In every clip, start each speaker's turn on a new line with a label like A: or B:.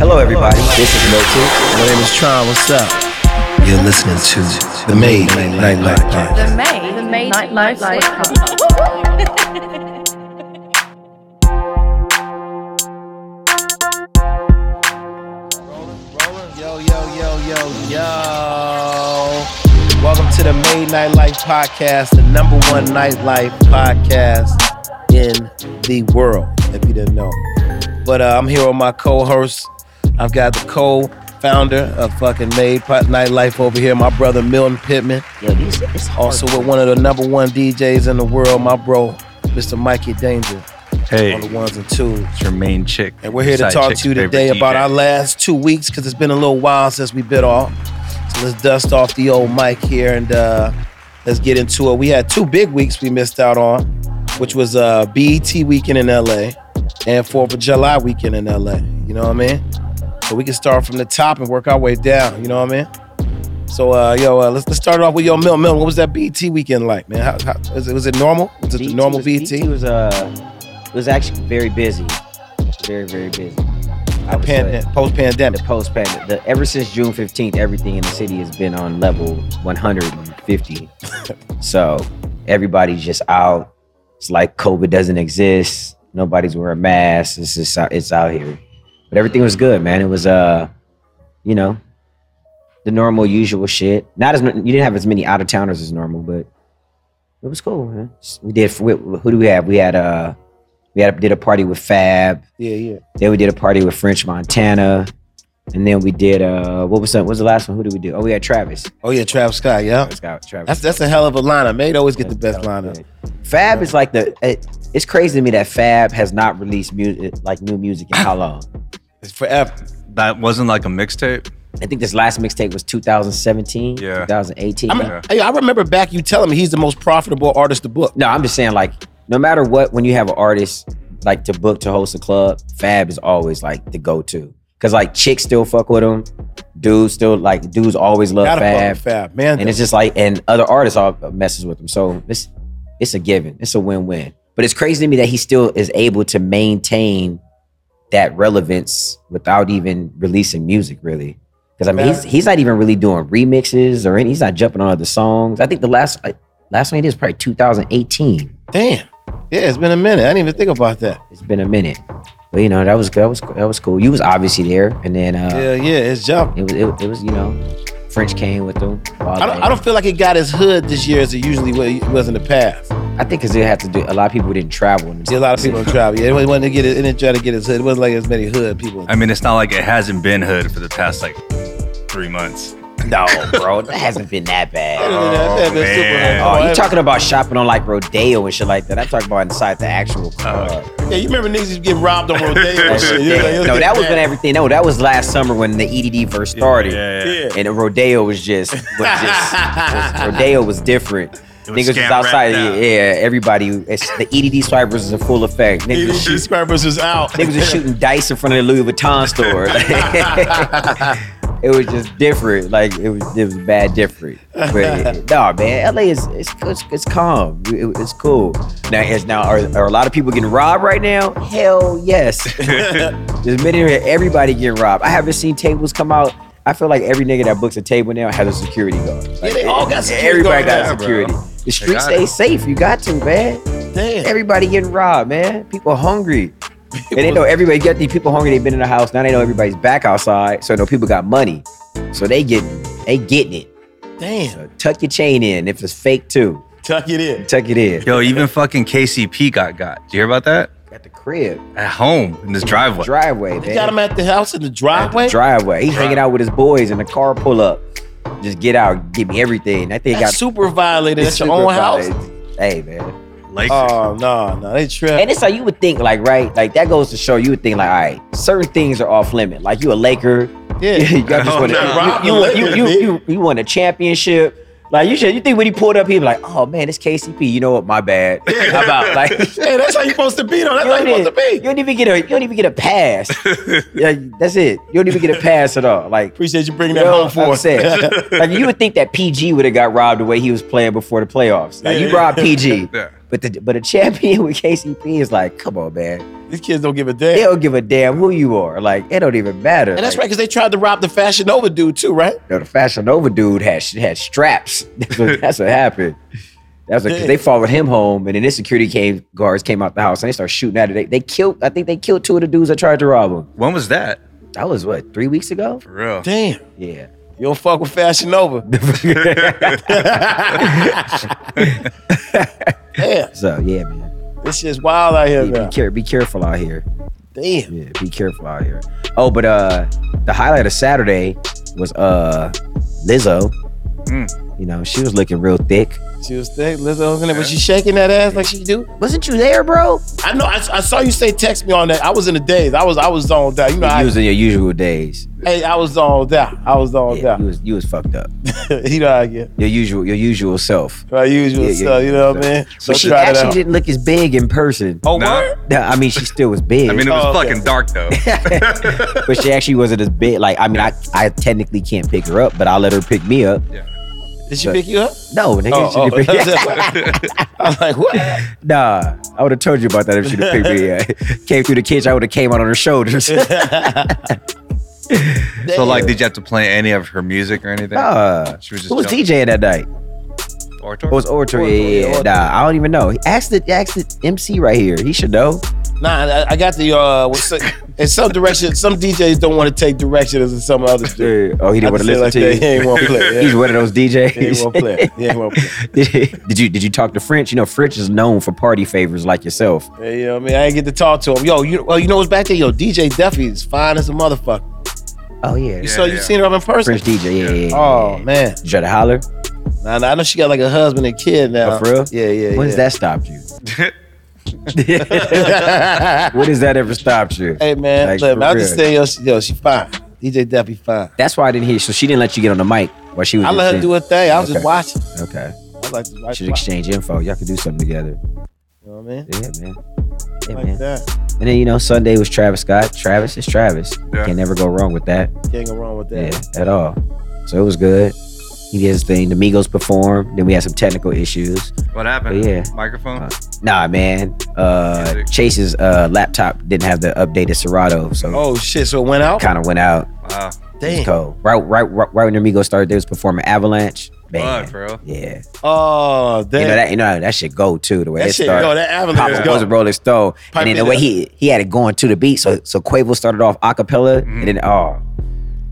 A: Hello, everybody. This is Milton.
B: My name is Tron. What's up? You're listening to the Maid Nightlife Podcast.
C: The May, the May Nightlife Podcast.
B: Yo, yo, yo, yo, yo. Welcome to the Maid Nightlife Podcast, the number one nightlife podcast in the world, if you didn't know. But uh, I'm here with my co host. I've got the co founder of fucking Maid Po- Nightlife over here, my brother Milton Pittman.
D: Yo, these it's hard.
B: Also with one of the number one DJs in the world, my bro, Mr. Mikey Danger,
E: Hey,
B: on the ones and twos.
E: it's your main chick.
B: And we're here to
E: Side
B: talk
E: chick's
B: to you today
E: favorite
B: about
E: DJ.
B: our last two weeks because it's been a little while since we bit off. So let's dust off the old mic here and uh, let's get into it. We had two big weeks we missed out on, which was uh, BET weekend in LA and 4th of July weekend in LA. You know what I mean? So we can start from the top and work our way down. You know what I mean? So, uh, yo, uh, let's, let's start off with your Mil. Mil, what was that BET weekend like, man? How, how, was, it, was it normal? Was it the normal
D: E
B: E
D: was, BT
B: BET?
D: was uh was actually very busy, very very busy. I would say.
B: Post
D: the
B: pandemic.
D: post pandemic, the ever since June fifteenth, everything in the city has been on level one hundred and fifty. so everybody's just out. It's like COVID doesn't exist. Nobody's wearing masks. It's just out- it's out here, but everything was good, man. It was uh, you know, the normal usual shit. Not as mu- you didn't have as many out of towners as normal, but it was cool, man. We did. We, who do we have? We had uh, we had did a party with Fab.
B: Yeah, yeah.
D: Then we did a party with French Montana. And then we did uh what was that? What was the last one? Who did we do? Oh, we had Travis.
B: Oh, yeah, Travis Scott, yeah.
D: Travis Scott, Travis.
B: That's that's a hell of a lineup. Made always get the best lineup.
D: Fab is like the it, it's crazy to me that Fab has not released music like new music in how long?
B: It's forever.
E: That wasn't like a mixtape.
D: I think this last mixtape was 2017,
E: Yeah.
D: 2018.
B: I'm,
E: Yeah.
B: hey, I remember back you telling me he's the most profitable artist to book.
D: no, I'm just saying like no matter what when you have an artist like to book to host a club, Fab is always like the go-to. Cuz like chicks still fuck with him. Dudes still like dudes always love
B: Gotta fuck
D: Fab.
B: with Fab, man.
D: and it's just like and other artists all messes with him. So it's it's a given. It's a win win. But it's crazy to me that he still is able to maintain that relevance without even releasing music, really. Because I mean, he's he's not even really doing remixes or any. He's not jumping on other songs. I think the last like, last one he did is probably 2018.
B: damn. Yeah, it's been a minute. I didn't even think about that.
D: It's been a minute, but you know that was that was that was cool. You was obviously there, and then uh,
B: Yeah, yeah, it's jumping.
D: it was it, it was you know French came with them.
B: I don't, I don't feel like he got as hood this year as it usually wa- was in the past.
D: I think because it had to do a lot of people didn't travel. in the
B: See, a lot of people in travel. Yeah, it wasn't to get it, it didn't try to get his hood. It wasn't like as many hood people.
E: I mean, it's not like it hasn't been hood for the past like three months.
D: No, bro, that hasn't been that bad.
B: That been super
E: oh, man.
B: hood.
D: Oh, you talking about shopping on like Rodeo and shit like that? I'm talking about inside the actual
E: Oh,
D: club.
B: Yeah, you remember niggas getting robbed on Rodeo? and
D: That's
B: shit.
D: the
B: You was like, it
D: thing. no, that was when
B: bad.
D: everything. No, that was last summer when the EDD first started,
E: Yeah, yeah.
B: Yeah.
D: and the Rodeo was just, was just was- Rodeo was different.
E: was
D: Niggas was
E: scam
D: outside.
E: rap now.
D: Yeah, everybody. It's, the E EDD swipers is in full effect.
E: E
D: Niggas was
B: These rappers was out.
D: Niggas was shooting dice in front of the Louis Vuitton store. it was just different. Like it was, it was bad different. But nah, man, LA is it's it's, it's calm. It- it's cool. Now, is now are, are a lot of people getting robbed right now? Hell yes. There's many everybody getting robbed. I haven't seen tables come out. I feel like every nigga that books a table now has a security guard. Like,
B: they all got security
D: Everybody
B: guards
D: got
E: now,
D: security.
E: bro.
D: The street
E: got
D: stays safe. You got to, man.
B: Damn.
D: Everybody getting robbed, man. People hungry. And they know everybody got these people hungry. They've been in the house. Now they know everybody's back outside. So no people got money. So they get they getting it.
B: Damn.
D: So tuck your chain in if it's fake too.
B: Tuck it in.
D: Tuck it in.
E: Yo, even fucking KCP got got. Do you hear about that?
D: At the crib.
E: At home in this driveway.
D: Driveway,
B: They got him
D: man.
B: at the house in the
D: At the
B: driveway.
D: driveway. He's hanging out with his boys and the car pull up. Just get out, give me everything. I think
B: That's
D: got
B: super violated.
D: it's
B: That's your
D: super
B: own house.
D: violated. Hey man.
E: Like,
B: Oh no, no, they
D: And
B: tripped.
D: it's like you would think, like, right? Like that goes to show you would think like, all right, certain things are off limit. Like you a Laker,
B: Yeah.
D: you just
E: Oh,
D: want
E: no.
D: to.
B: Rob
D: You,
B: the
D: you, you,
B: Lakers,
D: you, you, you won a championship. Like you should. You think when he pulled up, he was like, "Oh man, it's KCP." You know what? My bad. How about like? you
B: Hey, that's how you supposed to be though. That's how
D: don't,
B: you
D: even,
B: supposed to
D: you
B: be.
D: don't even get a. You don't even get a pass. yeah, that's it. You don't even get a pass at all. Like
B: Appreciate you bringing
D: you
B: that
D: know
B: home
D: what
B: for
D: I'm
B: us.
D: saying? like you would think that PG would have got robbed the way he was playing before the playoffs. Like
B: Yeah.
D: you robbed PG,
E: Yeah.
D: but the but a champion with KCP is like, come on, man.
B: These kids don't give a damn.
D: They don't give a damn who you are. Like it don't even matter.
B: and that's right,
D: like,
B: because they tried to rob the Fashion Nova dude too, right?
D: you know, the Fashion Nova dude had had straps. That's what, that's what happened. That's what, 'cause they followed him home, and then his security came, guards came out the house and they started shooting at it. They, they killed. I think they killed two of the dudes that tried to rob him.
E: When was that?
D: That was what three weeks ago.
E: For real.
B: Damn.
D: Yeah.
B: You don't fuck with Fashion Nova. Damn.
D: So yeah, man.
B: This shit's wild out here,
D: Be, be,
B: man.
D: care, be careful out here.
B: Damn.
D: Yeah, be careful out here. Oh, but uh, the highlight of Saturday was uh Lizzo.
E: Mm.
D: You know, she was looking real thick.
B: She was thick. Lizzo was in there. Was she shaking that ass like she do?
D: Wasn't you there, bro?
B: I know. I, I saw you say text me on that. I was in the days. I was I was zoned out. You know, I,
D: you was in your usual days.
B: hey, I was zoned out. I was zoned
D: Yeah, you was you was fucked up.
B: out. you know how I get.
D: Your usual your usual self.
B: My usual
D: Yeah, yeah,
B: stuff. You know what I mean?
D: So
B: Don't
D: she
B: try that
D: actually
B: out.
D: didn't look as big in person.
B: Oh,
E: Nah.
B: what?
D: No, I mean she still was big,
E: I mean, it was
B: Oh, okay.
E: fucking dark though.
D: but she actually wasn't as big. Like I mean, I, I technically can't pick her up, but I'll let her pick me up.
B: Did she pick you up?
D: No, nigga,
B: Oh,
D: she
B: oh.
D: didn't pick-
B: I was like, what?
D: nah, I would have told you about that if she'd have picked me. up. came through the kitchen, I would have came out on her shoulders.
E: so like, did you have to play any of her music or anything?
D: nah.
E: She was just
D: Who was
E: jumping.
D: DJing that night?
E: Oratory?
D: It was Oratory.
B: Oratory,
D: Yeah, yeah, yeah.
B: Oratory.
D: Nah, I don't even know. Ask the ask the MC right here. He should know.
B: Nah, I, I got the uh. What's it, in some direction, some DJs don't want to take direction as in some others do.
D: Oh, he didn't want to listen to
B: He
D: you.
B: ain't want to play. Yeah.
D: He's one of those
B: He ain't
D: DJs.
B: want to play. He ain't want to play.
D: did you did you talk to French? You know, French is known for party favors like yourself.
B: Yeah, you know what I mean? I ain't get to talk to him. Yo, you well, you know what's back there? Yo, DJ Duffy is fine as a motherfucker.
D: Oh yeah,
B: You
E: Yeah,
B: saw you
E: yeah.
B: seen her up in person?
D: French DJ. Yeah, yeah, yeah.
B: Oh man.
D: Did you try to holler?
B: Nah, nah, I know she got like a husband and kid now.
D: Oh, for real?
B: Yeah, yeah.
D: When's that stopped you? when has that ever stopped you?
B: Hey man,
D: Like,
B: look,
D: for
B: man, I'm just
D: real.
B: saying, yo, she, yo, she fine. DJ Duffy fine.
D: That's why I didn't hear. So she didn't let you get on the mic while she was.
B: I let her do her thing. I was
D: Okay.
B: just watching.
D: it. Okay.
B: I was like, just watching.
D: Should exchange info. Y'all could do something together.
B: You know what I mean?
D: Yeah, man. Yeah,
B: Like
D: man.
B: that.
D: And then you know Sunday was Travis Scott. Travis is Travis.
E: Yeah.
D: Can never go wrong with that.
B: Can't go wrong with
D: Yeah.
B: that.
D: at all. So it was good. He did his thing. The Migos performed. Then we had some technical issues.
E: what happened?
D: Yeah.
E: Microphone.
D: Uh, Nah, man. Uh,
E: Music.
D: Chase's uh, laptop didn't have the updated Serato, so
B: Oh shit, so it went out?
D: kind of went out.
E: wow.
D: It's
B: Damn.
D: cold. Right, right, right, right when the Migos started, they was performing Avalanche. Man,
E: Fuck, bro.
D: yeah.
B: Oh, damn.
D: You know that. You know that shit go too. The way
B: that
D: it
B: shit,
D: started.
B: yo, that
D: Pop
B: avalanche
D: was
E: Yeah.
B: go.
D: supposed to roll his stone,
B: Pipe
D: and then
B: it
D: the way
B: up.
D: he he had it going to the beat. So so Quavo started off a cappella,
B: Mm-hmm.
D: and then oh,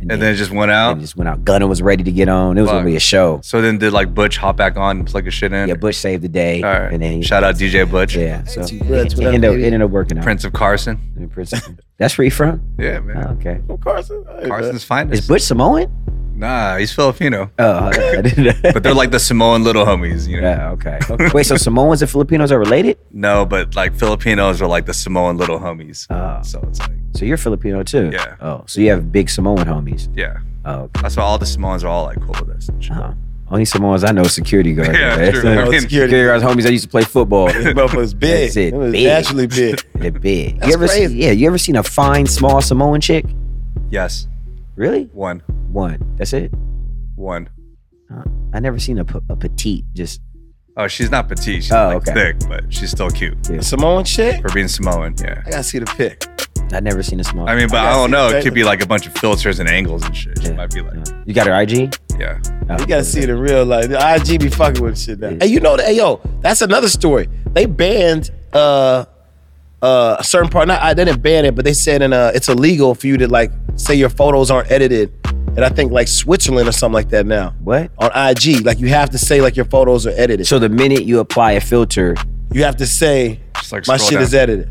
E: And then it just went out.
D: and just went out. Gunna was ready to get on. It was gonna
E: Fuck.
D: be a show.
E: So then did like Butch hop back on and plug his shit in?
D: Yeah, Bush saved the day,
E: All right.
D: and then he,
E: Shout out DJ Butch.
D: yeah. So
B: Hey, Butch,
D: it
B: what up,
D: ended up,
B: baby?
D: it ended up working out.
E: Prince of Carson.
D: In prison. That's where you from?
E: Yeah,
D: Oh,
E: man.
D: okay.
B: Of Carson. Hey, man.
E: Carson's finest.
D: Is Butch Samoan?
E: Nah, he's Filipino.
D: Oh, I didn't know.
E: But they're like the Samoan little homies, you know.
D: yeah, okay. Wait, so Samoans and Filipinos are related?
E: No, but like Filipinos are like the Samoan little homies.
D: Oh,
E: So it's like,
D: so you're Filipino too?
E: Yeah.
D: Oh, so you have big Samoan homies?
E: yeah.
D: Oh, okay.
E: That's why all the Samoans are all like cool with us. and shit.
D: Uh-huh. Only Samoans I know is security guards.
E: Yeah,
D: That's
E: true.
D: it.
E: I mean,
D: security guards, homies that used to play football.
B: That motherfucker's big.
D: That's it,
B: was
D: big.
B: naturally big.
D: They're big.
B: That's
D: you ever
B: crazy.
D: See, yeah, you ever seen a fine small Samoan chick?
E: Yes.
D: Really?
E: One.
D: One. That's it.
E: One.
D: Uh, I never seen a, p- a petite. Just
E: Oh, she's not petite. She's
D: Oh,
E: like
D: okay.
E: thick, but she's still cute
B: Samoan chick?
E: for being Samoan. Yeah.
B: I gotta see the pic.
D: I never seen a small.
E: I mean, but
B: I
E: I, don't
B: see
E: know.
B: the
E: It could be like a bunch of filters and angles and shit. She
D: Yeah.
E: might be like,
D: Yeah. you got her IG?
E: yeah.
D: Oh,
B: You gotta see it in real life. The IG be fucking with shit now.
D: Yeah.
B: Hey, you know that? Hey, yo, that's another story. They banned uh uh a certain part. Not I they didn't ban it, but they said in uh it's illegal for you to like say your photos aren't edited. And I think like Switzerland or something like that now
D: What?
B: on IG. Like you have to say like your photos are edited.
D: So the minute you apply a filter,
B: you have to say
E: Just like
B: my
E: scroll
B: shit
E: down.
B: is edited.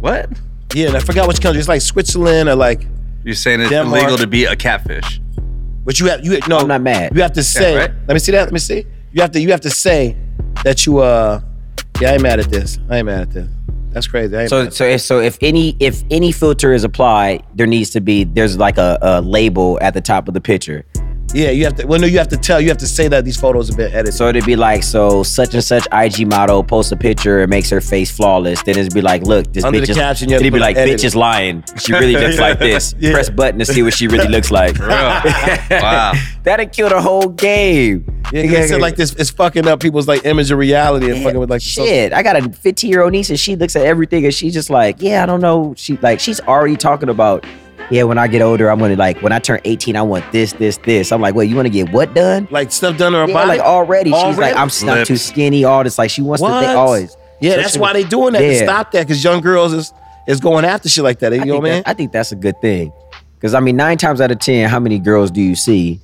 E: What?
B: Yeah, and I forgot which country. It's like Switzerland or like,
E: You're saying it's
B: Denmark.
E: illegal to be a catfish.
B: but you have you no.
D: I'm not mad.
B: You have to say.
E: right?
B: Let me see that. Let me see. You have to. You have to say that you. Uh, yeah, I ain't mad at this. I ain't mad at this. That's crazy. I ain't mad
D: So
B: at
D: so if, so if any if any filter is applied, there needs to be there's like a, a label at the top of the picture.
B: yeah, you have to. Well, no, you have to tell. You have to say that these photos have been edited.
D: So it'd be like so such and such IG model posts a picture and makes her face flawless. Then it'd be like, look, this
B: Under
D: bitch
B: the
D: is
B: caption, you have to
D: it'd be
B: put
D: like
B: edit.
D: bitch is lying. She really looks like this.
B: Yeah.
D: Press button to see what she really looks like.
E: For real. wow.
D: That'd kill the whole game.
B: Yeah, 'cause they said like this, it's fucking up people's like image of reality and fucking with like the social-
D: shit. I got a 15 year old niece and she looks at everything and she's just like, yeah, I don't know. She like she's already talking about, yeah, when I get older, I'm gonna like when I turn 18, I want this, this, this. I'm like, wait, you wanna get what done?
B: like stuff done to her
D: Yeah,
B: body.
D: like already, she's
B: Already?
D: like, I'm s- not too
E: Lips.
D: skinny. All this, like she wants to
B: What?
D: think always.
B: yeah,
D: So
B: that's
D: she-
B: why they doing that.
D: Yeah.
B: To stop that, because young girls is is going after shit like that. You
D: I
B: know
D: think
B: what I mean?
D: that- I think that's a good thing. Because I mean, nine times out of ten, how many girls do you see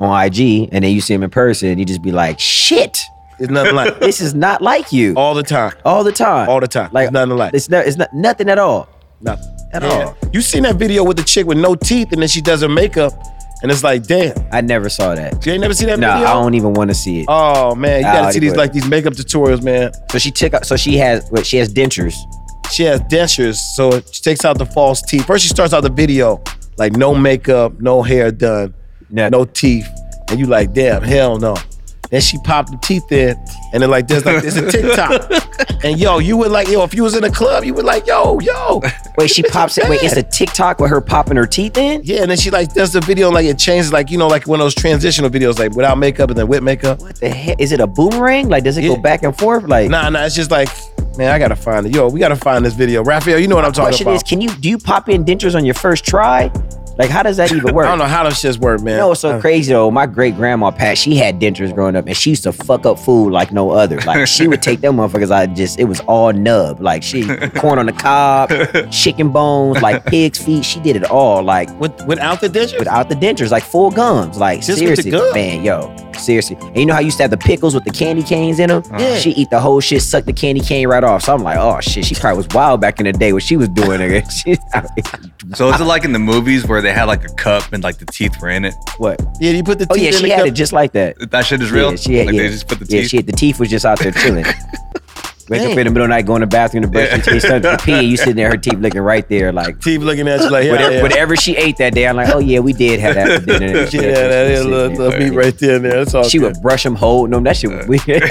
D: on IG and then you see them in person and you just be like, shit,
B: It's nothing like
D: this is not like you all,
B: all the time,
D: the time.
B: all the time.
D: Like-
B: Like nothing like
D: it's not, it's not nothing at all.
B: nothing
D: At all.
B: You seen that video with the chick with no teeth and then she does her makeup, and it's like, damn,
D: I never saw that.
B: you ain't never seen that
D: No,
B: video.
D: I don't even want to see it.
B: Oh man, you
D: Nah,
B: gotta
D: they
B: see these
D: good.
B: like these makeup tutorials, man.
D: So she took, out- so she has, what she has dentures.
B: She has dentures, so she takes out the false teeth. First, she starts out the video like no makeup, no hair done,
D: Nothing.
B: no teeth, and you like, damn, hell no. Then she popped the teeth in, and then like there's like it's a TikTok, and yo, you would like yo if you was in a club, you would like yo yo,
D: Wait, she pops it. Wait, it's a TikTok with her popping her teeth in.
B: yeah. And then she like does the video like it changes like you know like one of those transitional videos like without makeup and then with makeup.
D: What the heck? Is it a boomerang? Like, does it go
B: Yeah.
D: back and forth? Like,
B: Nah, nah, it's just like man, I gotta find it. Yo, we gotta find this video, Raphael. You know what I'm talking
D: question
B: about?
D: is, can you do you pop in dentures on your first try? Like, how does that even work?
B: I don't know how them shits work, man.
D: You know what's so crazy though? My great grandma Pat, she had dentures growing up, and she used to fuck up food like no other. Like she would take them motherfuckers. I just it was all nub. Like she corn on the cob, chicken bones, like pig's feet. She did it all. Like
B: With, without the dentures?
D: without the dentures, like full gums. Like
B: Just with the
D: seriously,
B: gum?
D: man, yo, seriously. And you know how you used to have the pickles with the candy canes in them?
B: Yeah.
D: She eat the whole shit, suck the candy cane right off. So I'm like, oh shit, she probably was wild back in the day when she was doing it. She-
E: So is it like in the movies where they had like a cup and like the teeth were in it?
D: what?
B: yeah, you put the
D: Oh
B: teeth
D: yeah,
B: in
D: she
B: the
D: had
B: cup.
D: it just like that.
E: That shit is real.
D: Yeah, she had,
E: like
D: yeah.
E: they just put the
D: yeah,
E: teeth.
D: she had the teeth was just out there chilling. Wake up in the middle of the night, go in the bathroom to brush
E: Yeah.
D: your teeth, start to pee, and you sitting there, her teeth looking right there, like
B: teeth looking at you like, yeah,
D: whatever,
B: yeah.
D: whatever she ate that day. I'm like, oh yeah, we did have that for dinner.
B: Yeah, that is a little, little meat right there. and there. That's all.
D: She
B: good.
D: would brush them, hold them. That shit was
B: Uh,
D: weird.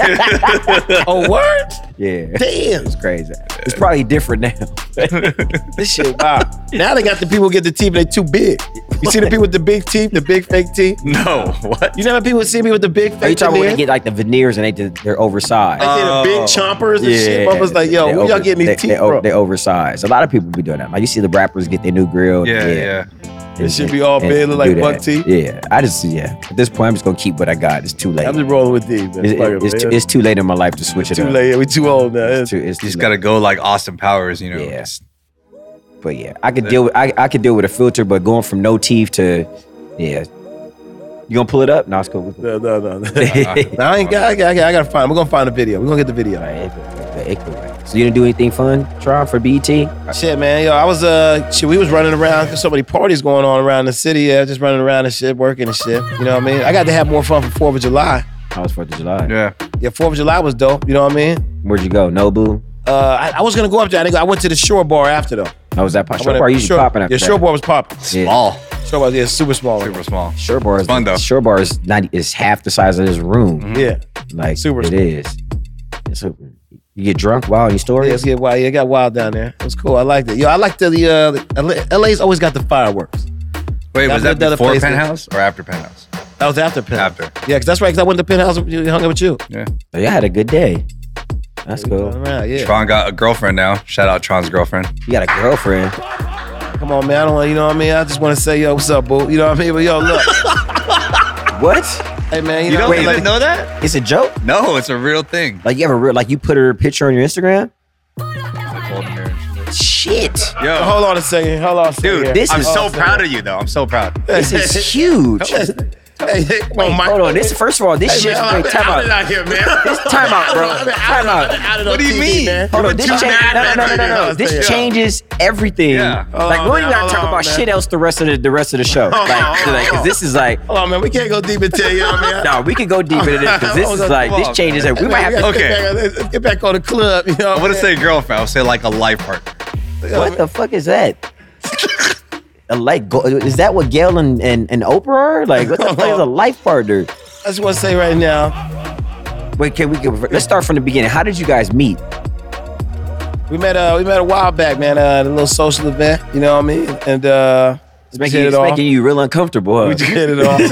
B: Oh, word?
D: yeah,
B: Damn.
D: it's crazy. It's probably different now.
B: This shit, wow. Ah, Now they got the people who get the teeth, they too big. You see the people with the big teeth, the big fake teeth?
E: no, what?
B: You never people see me with the big fake
D: Are you talking about
B: veneer?
D: when they get like the veneers and they did, they're oversized?
B: Like, they the big
E: Oh.
B: chompers and Uh, shit. I was like, yo,
D: They
B: where y'all
D: over-
B: getting
D: they,
B: these
D: they,
B: teeth
D: o-
B: from?
D: They oversized. A lot of people be doing that. Like you see the rappers get their new grill.
E: Yeah, yeah.
B: It should be all big, look like
D: do that.
B: buck teeth.
D: Yeah, I just yeah. At this point, I'm just gonna keep what I got. It's too late.
B: I'm just rolling with these, man.
D: it's,
B: Fuck it,
D: it's, too,
B: man.
D: it's too late in my life to switch it
B: too
D: up.
B: late. We too old now. It's-
D: It's too, it's
E: You
D: too
E: just
D: late.
E: gotta go like Austin Powers, you know?
D: Yeah.
E: Just-
D: But yeah, I could deal with I, I could deal with a filter, but going from no teeth to yeah, you gonna pull it up? No, it's cool. We're cool.
B: No, no, no. no.
D: Alright,
B: I ain't got, I got, I got, I gotta find. We're gonna find a video. We're gonna get the video.
D: it cool, it cool. So you didn't do anything fun, Tron, for E BT?
B: Shit, man, yo, I was uh, shit, we was running around. There's so many parties going on around the city. Yeah, just running around and shit, working and shit. You know what I mean? I got to have more fun for Fourth of July.
D: I was Fourth of July.
E: yeah.
B: Yeah, Fourth of July was dope. You know what I mean?
D: Where'd you go? Nobu.
B: Uh, I, I was gonna go up there. I, think I went to the Shore Bar after though.
D: I was at Pop.
B: I
D: Shore
B: went-
D: Bar usually
B: Shore-
D: popping after
B: Yeah, Shore
D: that.
B: Bar was popping.
D: Yeah.
E: Small.
B: Shore Bar, yeah, super small.
E: Super small.
D: Shore Bar is
E: Fun, though.
D: Shore Bar is ninety is half the size of this room.
B: Yeah,
D: Like
B: Super
D: super it
B: small.
D: is. It's a- you get drunk while you
B: yeah,
D: story.
B: it's get wild. Yeah, it got wild down there. It was cool. I liked it. Yo, I liked the, the uh, the- LA, LA's always got the fireworks.
E: Wait,
B: Yeah,
E: was
B: I've
E: that
B: lived at a
E: before
B: place that-
E: Penthouse or after Penthouse?
B: That was after Penn.
E: After.
B: Yeah, cause that's right. Cause I went to Penthouse. and hung out with you.
E: Yeah.
D: So y'all Oh, had a good day. That's cool.
B: Around, yeah.
E: Tron got a girlfriend now. Shout out Tron's girlfriend.
D: You got a girlfriend.
B: Come on, man. I don't want, you know what I mean? I just want to say, yo, what's up, boo? You know what I mean? But yo, look.
D: What?
B: hey, man, you,
E: You
B: know
E: don't
B: what I
E: even
B: mean? Like,
E: know that?
D: It's a joke.
E: No, it's a real thing.
D: Like you have a real like you put her picture on your Instagram. Shit,
E: Yo,
B: hold on a second. Hold on a second.
E: dude,
B: here.
D: this
E: I'm
D: is-
E: so proud of you, though. I'm so proud.
D: this is huge.
B: Hey, hey, come
D: Wait,
B: on, Mike.
D: hold on. This first of all, this shit.
B: man,
D: Wait, time
B: I've been
D: out.
B: out here, man.
D: Time out, bro. Time out.
E: What do you mean?
D: Hold on, this
E: too
D: change,
E: mad
D: no, no,
E: back
D: no, no,
E: then,
D: no,
E: I
D: no.
E: was
D: This
E: thinking.
D: changes everything.
E: Yeah. Oh,
D: Like we don't
B: man,
D: even gotta talk
B: hold on,
D: about
B: man.
D: shit else the rest of the, the rest of the show.
B: on,
D: Like,
B: hold on,
D: like
B: hold
D: 'cause
B: on.
D: this is like
B: Hold on, man. We can't go deep into it, you know what I
E: oh.
B: mean?
D: no, we could go deeper than this because this is
E: Hold on,
D: like
E: come
D: this
E: on,
D: changes
E: man.
D: it. We might have
B: We
D: to
B: gotta
E: Okay.
B: Get back, let's- let's get back on the club, you know
E: I
B: what
E: wouldn't say girlfriend. I'll say like a life partner.
D: What the fuck is that? a life go- is that what Gail and, and, and Oprah are? Like what the fuck is a life partner?
B: I just want to say right now,
D: Wait, can we get, let's start from the beginning. How did you guys meet?
B: we met uh we met a while back, man, uh, at a little social event, you know what I mean? And uh
D: It's making,
B: Get it
D: it's
B: off.
D: making you real uncomfortable.
B: We
D: Huh?
B: did it all. we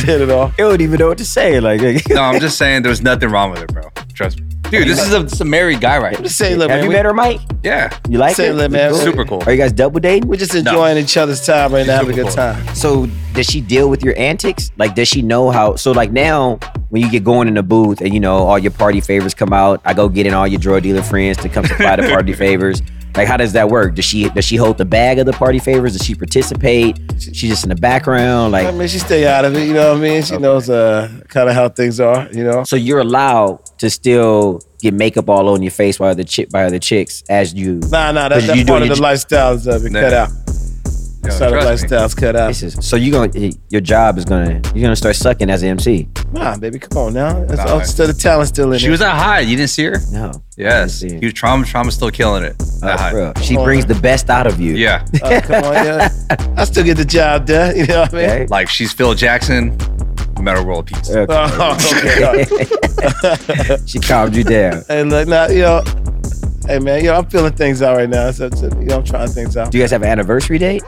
B: did it all.
D: I don't even know what to say. Like,
E: No, I'm just saying there's nothing wrong with it, bro. Trust me. Dude, this is a, this is a married guy right now.
B: Just say, look,
D: have
B: man,
D: you
B: we,
D: met her, Mike?
E: Yeah.
D: You like
B: Say
D: it?
B: that, man.
D: Cool.
E: Super cool.
D: Are you guys double dating?
B: we're just enjoying each other's time right now, having a good time.
D: So does she deal with your antics? Like, does she know how? So like now, when you get going in the booth and you know all your party favors come out, I go get in all your drug dealer friends to come supply the party favors. Like, how does that work? Does she does she hold the bag of the party favors? Does she participate? She's just in the background,
B: I
D: like.
B: mean, she stay out of it. You know what I mean? She knows uh, kind of how things are. You know.
D: So you're allowed to still get makeup all on your face by other chick by other chicks as you.
B: Nah, nah, that's
D: But
B: that
D: you
B: part of
D: doing
B: the
D: your-
B: lifestyles of it
E: Nah.
B: cut out.
E: Yo,
B: That's how the
E: trust me.
B: lifestyles cut out.
D: This is, so you gonna your job is gonna you're gonna start sucking as an MC.
B: Nah, baby, come on now. That's
E: Nah.
B: all- still the talent still in
E: She
B: it.
E: was at high. You didn't see her?
D: No.
E: Yes.
D: I didn't see it.
E: Huge trauma. Trauma's still killing it.
D: Oh,
E: At high.
D: for real. She
B: Come on,
D: brings
B: man.
D: the best out of you.
E: Yeah.
B: Oh, come on, yeah. I still get the job done. You know what I mean?
D: Okay.
E: Like she's Phil Jackson, no matter world peace.
D: Okay.
B: Oh, okay. all right.
D: she calmed you down.
B: hey, look, now, you know, hey, man, you know, I'm feeling things out right now. So, so, you know, I'm trying things out.
D: Do you guys have an anniversary date?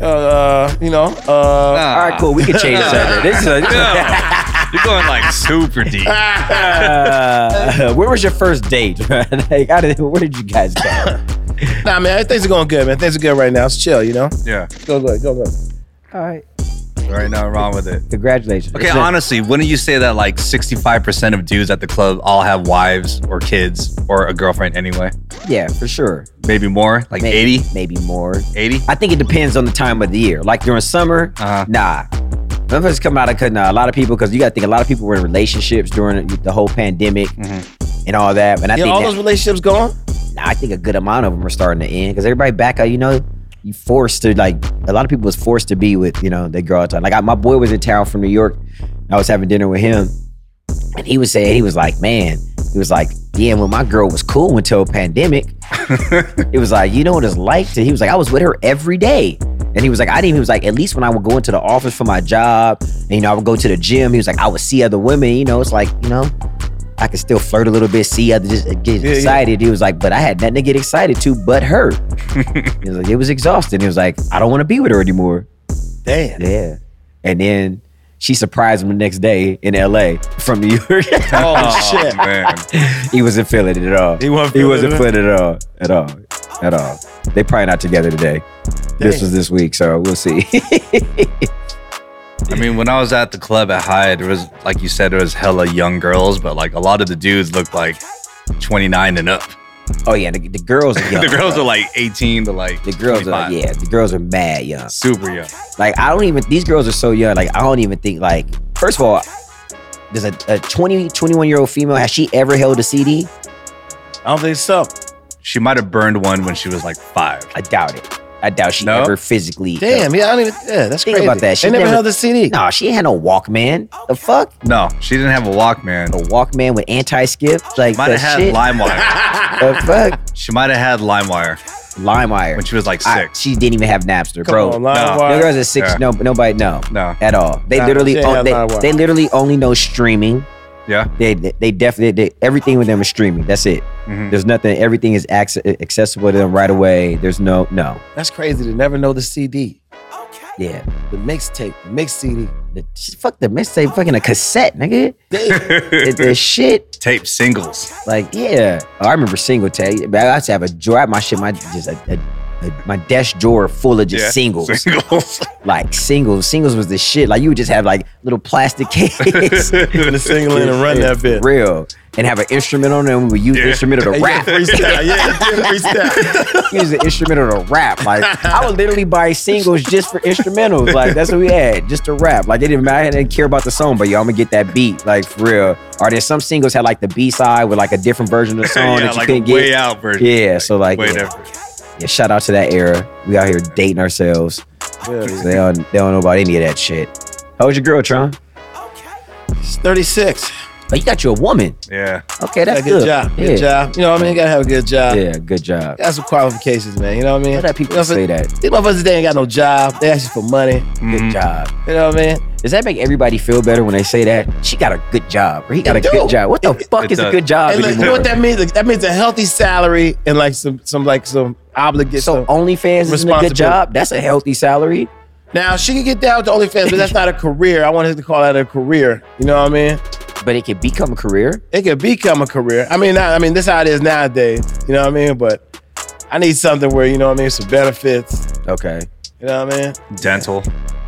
B: Uh, uh, you know, uh,
E: Ah.
D: All right, cool. We can change the subject. This is a,
E: Yeah. You're going like super deep.
D: uh, where was your first date? like, how did, where did you guys go?
B: nah, man, things are going good, man. Things are good right now. It's chill, you know?
E: Yeah.
B: Go, go, go, go.
D: All right.
E: There ain't nothing wrong with it.
D: Congratulations.
E: Okay,
D: It's a-
E: honestly, wouldn't you say that like 65% of dudes at the club all have wives or kids or a girlfriend anyway?
D: Yeah, for sure.
E: Maybe more? Like
D: Maybe,
E: 80?
D: Maybe more.
E: 80?
D: I think it depends on the time of the year. Like during summer,
E: Uh-huh.
D: nah. Numbers come out of nah, a lot of people because you got to think a lot of people were in relationships during the whole pandemic and all that. And I
B: You know, Mm-hmm.
D: think
B: all
D: that-
B: those relationships going?
D: Nah, I think a good amount of them are starting to end because everybody back out. You know, you forced to like a lot of people was forced to be with you know their girl. all the time. Like I, my boy was in town from New York. I was having dinner with him, and he was saying he was like, man, he was like, yeah, when my girl was cool until pandemic, it was like you know what it's like to. He was like, I was with her every day. And he was like, I didn't. He was like, at least when I would go into the office for my job, and you know, I would go to the gym. He was like, I would see other women. You know, it's like, you know, I could still flirt a little bit, see other, just get
B: Yeah, yeah.
D: excited. He was like, but I had nothing to get excited to but her. he was like, it was exhausting. He was like, I don't want to be with her anymore.
B: Damn.
D: Yeah. And then she surprised him the next day in LA from New York.
E: Oh,
B: shit.
E: man.
D: he wasn't feeling it at all.
B: He wasn't
D: He
B: feeling
D: wasn't
B: it?
D: feeling it at all. At all. At all. They probably not together today. This
B: Dang.
D: was this week, so we'll see.
E: I mean, when I was at the club at Hyde, there was, like you said, there was hella young girls, but like a lot of the dudes looked like 29 and up.
D: oh yeah, the, the girls are young.
E: the girls
D: bro.
E: are like 18 to like
D: the girls are
E: 25.
D: yeah, the girls are mad young.
E: Super young.
D: Like I don't even these girls are so young. Like I don't even think like first of all, does a, a 20, 21 year old female has she ever held a CD?
B: I don't think so.
E: She might have burned one when she was like five.
D: I doubt it. I doubt she
E: No?
D: ever physically.
B: Damn, yeah, I don't even, yeah, that's
D: Think
B: crazy.
D: about that. She
B: they never,
D: never-
B: held a CD.
D: No, she ain't had no Walkman. The fuck?
E: No, she didn't have a Walkman.
D: A Walkman with anti skip? Like
E: Might
D: the
E: have had
D: shit?
E: LimeWire.
D: the fuck?
E: she might have had LimeWire
D: LimeWire.
E: when she was like
D: I-
E: six.
D: she didn't even have Napster,
B: Come
D: bro.
B: on, line
E: no.
D: No
B: wire.
D: girls at six.
E: Yeah.
D: No, nobody. No,
E: no.
D: at all. They
B: Nah,
D: literally,
B: she ain't
D: on,
B: had
D: they,
B: LimeWire.
D: they literally only know streaming.
E: Yeah.
D: They, they, they definitely, they, everything with them is streaming. That's it.
E: Mhm.
D: There's nothing. Everything is acce- accessible to them right away. There's no, no.
B: That's crazy to never know the CD,
D: Yeah.
B: the mixtape, the mix CD.
D: The, fuck the mixtape. Fucking a cassette, nigga.
B: Damn.
D: the, the shit.
E: Tape singles.
D: Like, yeah. Oh, I remember single tape. But I used to have a drawer. I had My shit, my just a, a, a- my desk drawer full of just
E: Yeah.
D: singles.
E: Singles.
D: Like singles. Singles was the shit. Like you would just have like little plastic case.
B: the single in and run that bit.
D: Real. And have an instrument on it and we would use the
E: Yeah.
D: instrumental
B: Hey,
D: to
B: yeah,
D: rap.
B: freestyle, yeah, yeah, freestyle.
D: use the instrumental to rap. Like I would literally buy singles just for instrumentals. Like that's what we had, just to rap. Like it didn't matter. I didn't care about the song, but yo, I'm gonna get that beat. Like for real. Or then some singles had like the B side with like a different version of the song
E: yeah,
D: that you
E: like a
D: couldn't
E: way
D: get.
E: out version.
D: Yeah, so like
E: way
D: yeah,
E: different.
D: Yeah, shout out to that era. We out here dating ourselves.
B: Yeah.
D: They don't, they don't know about any of that shit. How was your girl, Tron?
B: It's 36.
D: Oh, you got you a woman.
E: Yeah.
D: Okay,
B: That's
D: that's
B: a good,
D: good.
B: job.
D: Yeah.
B: Good job. You know what I mean? You gotta have a good job.
D: Yeah, good job.
B: Got some qualifications, man. You know what I mean?
D: How that people
B: You know,
D: say that?
B: These motherfuckers today ain't got no job. They asking for money.
D: Good
E: Mhm.
D: job.
B: You know what I mean?
D: Does that make everybody feel better when they say that? She got a good job, or he got a
B: It do.
D: good job. What the fuck
E: it
D: is a
E: does.
D: good job
B: And look, you know
D: anymore?
B: what that means? That means a healthy salary and like some some like some obligated.
D: So OnlyFans is a
B: Responsibility.
D: good job. That's a healthy salary.
B: now she can get down with the OnlyFans, but that's not a career. I want her to call that a career. You know what I mean?
D: But it could become a career.
B: It could become a career. I mean, I, I mean, this how it is nowadays. You know what I mean? But I need something where you know what I mean, some benefits.
D: Okay.
B: You know what I mean?
E: Dental.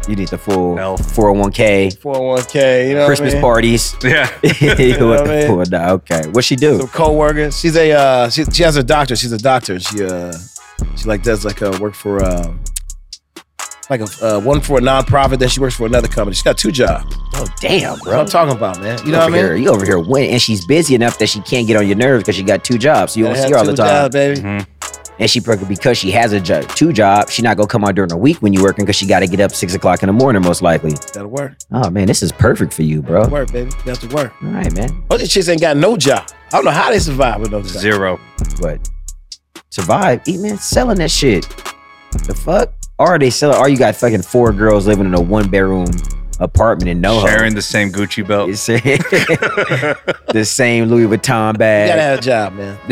D: You need the full
E: No.
D: 401k,
B: 401k. You know,
D: Christmas
B: what I mean?
D: parties.
E: Yeah.
D: What
B: what
D: the
B: I mean?
D: fuck? Nah, Okay. What she do?
B: Some coworkers. She's a uh, she, she has a doctor. She's a doctor. She uh, she like does like uh, work for um, like a uh, one for a nonprofit. Then she works for another company. She's got two jobs.
D: Oh damn,
B: That's what
D: bro.
B: I'm talking about, man. You know
D: over
B: what I mean?
D: here, you over here winning, and she's busy enough that she can't get on your nerves because she got two jobs. So you don't
B: Gotta have
D: see her all the
B: two
D: time.
B: jobs, baby.
D: Mm-hmm. And she probably because she has a jo- two job, she not gonna come out during the week when you working because she got to get up six o'clock in the morning most likely.
B: That'll work.
D: Oh man, this is perfect for you, bro. All
B: Work, baby. That's the work.
D: right, man.
B: But these chicks ain't got no job. I don't know how they survive with no job.
E: Zero.
D: But survive, eat man, selling that shit. The fuck? Or they selling? Or you got fucking four girls living in a one bedroom apartment in NoHo?
E: Sharing the same Gucci belt.
D: It's- the same Louis Vuitton
B: You gotta
D: bag.
B: have a job, man.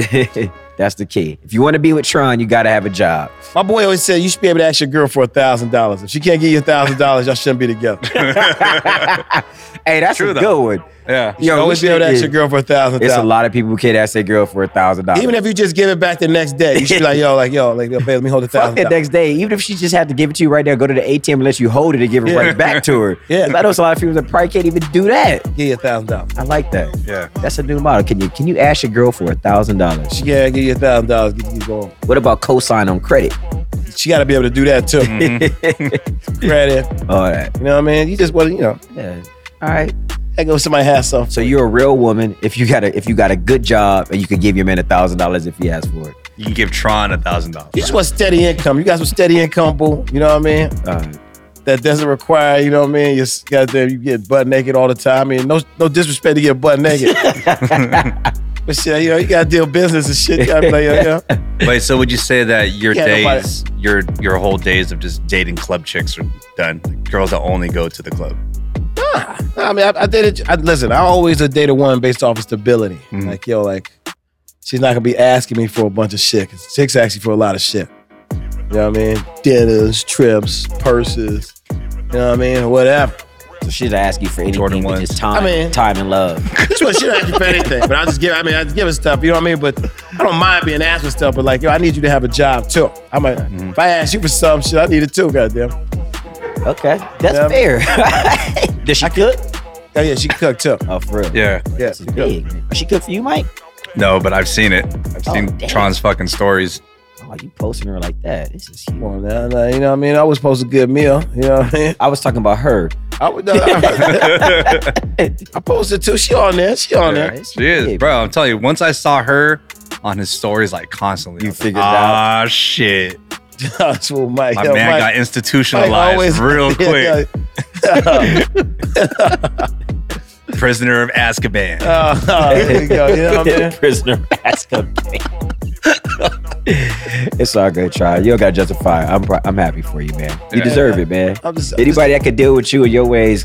D: That's the key. If you want to be with Tron, you gotta have a job.
B: My boy always said you should be able to ask your girl for a thousand dollars. If she can't give you a thousand dollars, y'all shouldn't be together. You
D: Hey, that's
E: True,
D: a
E: though.
D: good one.
E: yeah.
D: Yo,
B: should
D: we
B: always be
D: should-
B: able to ask
D: yeah.
B: your girl for a thousand
D: It's a
B: dollars.
D: lot of people who can't ask their girl for a thousand dollars.
B: Even if you just give it back the next day, you should be like, yo, like, yo, like, yo, babe, let me hold a
D: Fuck
B: thousand
D: that
B: dollars.
D: next day. Even if she just had to give it to you right there, go to the ATM and let you hold it and give it
B: Yeah.
D: right back to her.
B: Yeah.
D: 'Cause I know it's a lot of people that probably can't even do that.
B: Give you a thousand dollars.
D: I like that.
E: Yeah.
D: That's a new model. Can you can you ask your girl for a thousand dollars?
B: She can't give you a thousand dollars. Get you going.
D: What about cosign on credit?
B: She got to be able to do that too.
D: Mm-hmm.
B: Credit,
D: All that.
B: you know what I mean? You just want to, you know,
D: Yeah. All right.
B: that goes somebody has something.
D: So you're a real woman if you got a if you got a good job and you could give your man a thousand dollars if he asks for it.
E: You can give Tron a thousand dollars.
B: You just want steady income. You got some steady income, boo. You know what I mean?
D: All right.
B: that doesn't require, you know what I mean? You s- goddamn, you get butt naked all the time. I mean, no, no disrespect to get butt naked, but shit, you know, you gotta deal business and shit. You gotta be like, yo, yo.
E: Wait, so would you say that your
B: Yeah, nobody-
E: days, your your whole days of just dating club chicks are done? Like, girls that only go to the club.
B: Nah, nah, I mean, I, I dated. I, listen, I always a dated one based off of stability.
E: Mhm.
B: Like, yo, like she's not gonna be asking me for a bunch of shit. 'cause chicks ask you for a lot of shit. You know what I mean? Dinners, trips, purses. You know what I mean? Whatever.
D: So she'd ask you for anything
E: Jordan
D: but
E: ones.
D: just time,
B: I mean-
D: time and love.
B: This one, she don't ask you for anything, but I just give. I mean, I just give her stuff. You know what I mean? But I don't mind being asked for stuff. But like, yo, I need you to have a job too. I might, if I ask you for some shit, I need it too. Goddamn.
D: Okay. That's
B: Yeah.
D: fair. Does she cook?
B: Oh yeah, she can cook too.
D: Oh, for real.
E: Yeah.
B: Yeah,
D: This is big. Is She good for you, Mike?
E: No, but I've seen it. I've
D: Oh,
E: seen
D: damn.
E: Tron's fucking stories.
D: Oh, you posting her like that? This is
B: Come
D: huge.
B: on, now, now, you know what I mean? I was supposed to get a meal. You know what I mean?
D: I was talking about her.
B: I, would- no, I, I posted too. She on there. She on there.
D: Right?
E: She is, bro. I'm telling you, once I saw her on his stories like constantly,
D: You
E: I was
D: figured it
E: like,
D: out.
E: Ah, shit.
B: That's what Mike.
E: My
B: yo,
E: man
B: Mike-
E: got
B: Mike
E: institutionalized real
B: yeah,
E: quick.
B: yeah.
E: Prisoner of Azkaban.
B: Uh, uh, there you go. You know what I mean?
D: Prisoner of Azkaban. it's all good, try. You don't got to justify. it. I'm pro- I'm happy for you, man. You
E: Yeah.
D: deserve it, man.
B: I'm just, I'm just-
D: Anybody that could deal with you in your ways,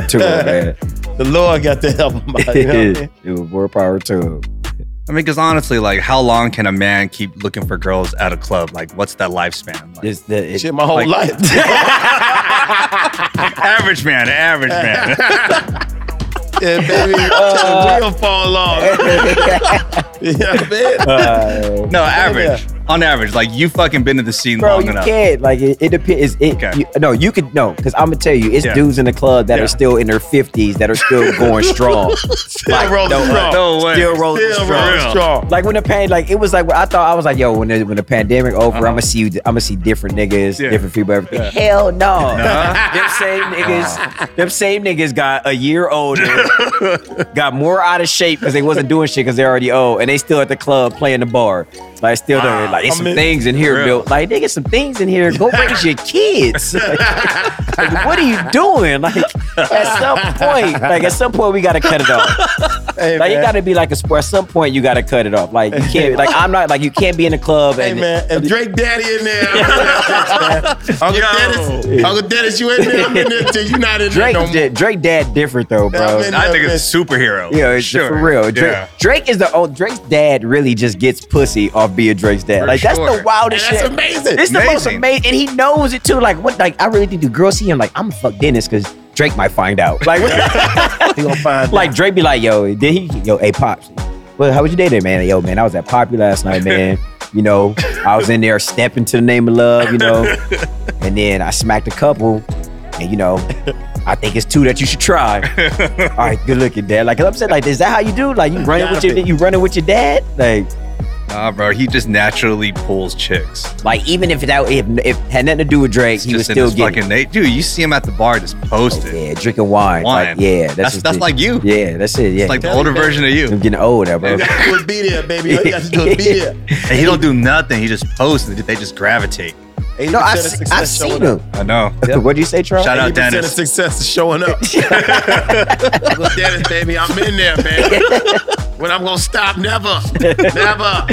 D: to him,
B: the Lord got to help him out. You know what I mean?
D: man. It was more power to him.
E: I mean, because honestly, like, how long can a man keep looking for girls at a club? Like, what's that lifespan? Like,
D: It's the, it-
B: Shit, my whole
E: Like-
B: life.
E: average man, average man.
B: Yeah, baby, uh, real fall off. yeah, man.
D: uh,
E: no, average. On average, like, you fucking been in the scene
D: bro,
E: long
D: you
E: enough.
D: can't. Like it, it depends. It,
E: Okay.
D: you- no, you could no, because I'm gonna tell you, it's
E: Yeah.
D: dudes in the club that
E: Yeah.
D: are still in their 50s that are still going strong.
B: Still rolling strong.
E: No way.
D: Still rolling
B: Still
E: strong.
B: rolling strong.
D: Like when the pan, like it was like I thought I was like, yo, when the, when the pandemic over, I'm gonna see you, I'm gonna see different niggas,
E: Uh-huh. Yeah.
D: different people, everything. Hell no,
E: Nah.
D: them same niggas, them same niggas got a year older, got more out of shape because they wasn't doing shit because they already old, and they still at the club playing the bar, like still there, like it's
B: I
D: some
B: mean-
D: things in here,
E: Real.
D: Bill, like nigga, some things in here. Go raise your kids. Like, what are you doing? Like at some point, like at some point, we gotta cut it off.
B: Hey,
D: Like it
B: man.
D: gotta be like a sport. At some point, you gotta cut it off. Like you can't. Like I'm not. Like you can't be in a club.
B: Hey
D: and
B: man,
F: If
B: if
F: Drake Daddy in there, I'm Uncle Dennis, Uncle Dennis, you in there? I'm in there till you not in there
D: Drake,
F: no more.
D: di- Drake, dad, different though, bro.
F: I'm in
E: I think it's a superhero.
D: Yeah, it's
E: Sure.
D: for real. Drake,
E: Yeah.
D: Drake is the old Drake's dad really just gets pussy off being Drake's dad.
E: For
D: like that's the
E: sure.
F: And
D: wildest
F: that's
D: shit.
F: amazing.
D: It's the most
E: Amazing.
D: amazing, and he knows it too. Like what? Like I really think the girls see him like I'm gonna fuck Dennis because Drake might find out. Like,
B: you gonna find
D: like Drake be like, yo, did he? Yo, hey pops, well, how was your day today, man? Yo, man, I was at Poppy last night, man. You know, I was in there stepping to the name of love, you know, and then I smacked a couple, and you know, I think it's two that you should try. All right, good looking, dad. Like I'm saying, like, is that how you do? Like you running with
B: Gotta
D: your,
B: be.
D: you running with your dad? Like,
E: Nah, bro. He just naturally pulls chicks.
D: like even if that if, if had nothing to do with Drake,
E: It's
D: he was
E: just in
D: still
E: his
D: getting.
E: fucking Nate. Dude, you see him at the bar just posted.
D: Yeah, drinking wine. Like,
E: Wine.
D: yeah, that's
E: That's-
D: just
E: that's
D: it.
E: like you.
D: Yeah, that's it. Yeah,
E: It's like the older version of you.
D: I'm getting old, now, bro.
F: That would be there, baby. All you got to do is be there.
E: And he don't do nothing. He just posts. and They just gravitate.
D: no, I've,
F: 80% of
D: se-
F: success
D: I've
F: showing
D: seen
F: up.
D: him.
E: I know.
D: What'd you say, Charles?
E: Shout out
F: 80% of
E: Dennis.
F: success is showing up. Uncle Dennis, baby, I'm in there, man. When I'm gonna stop, never, never,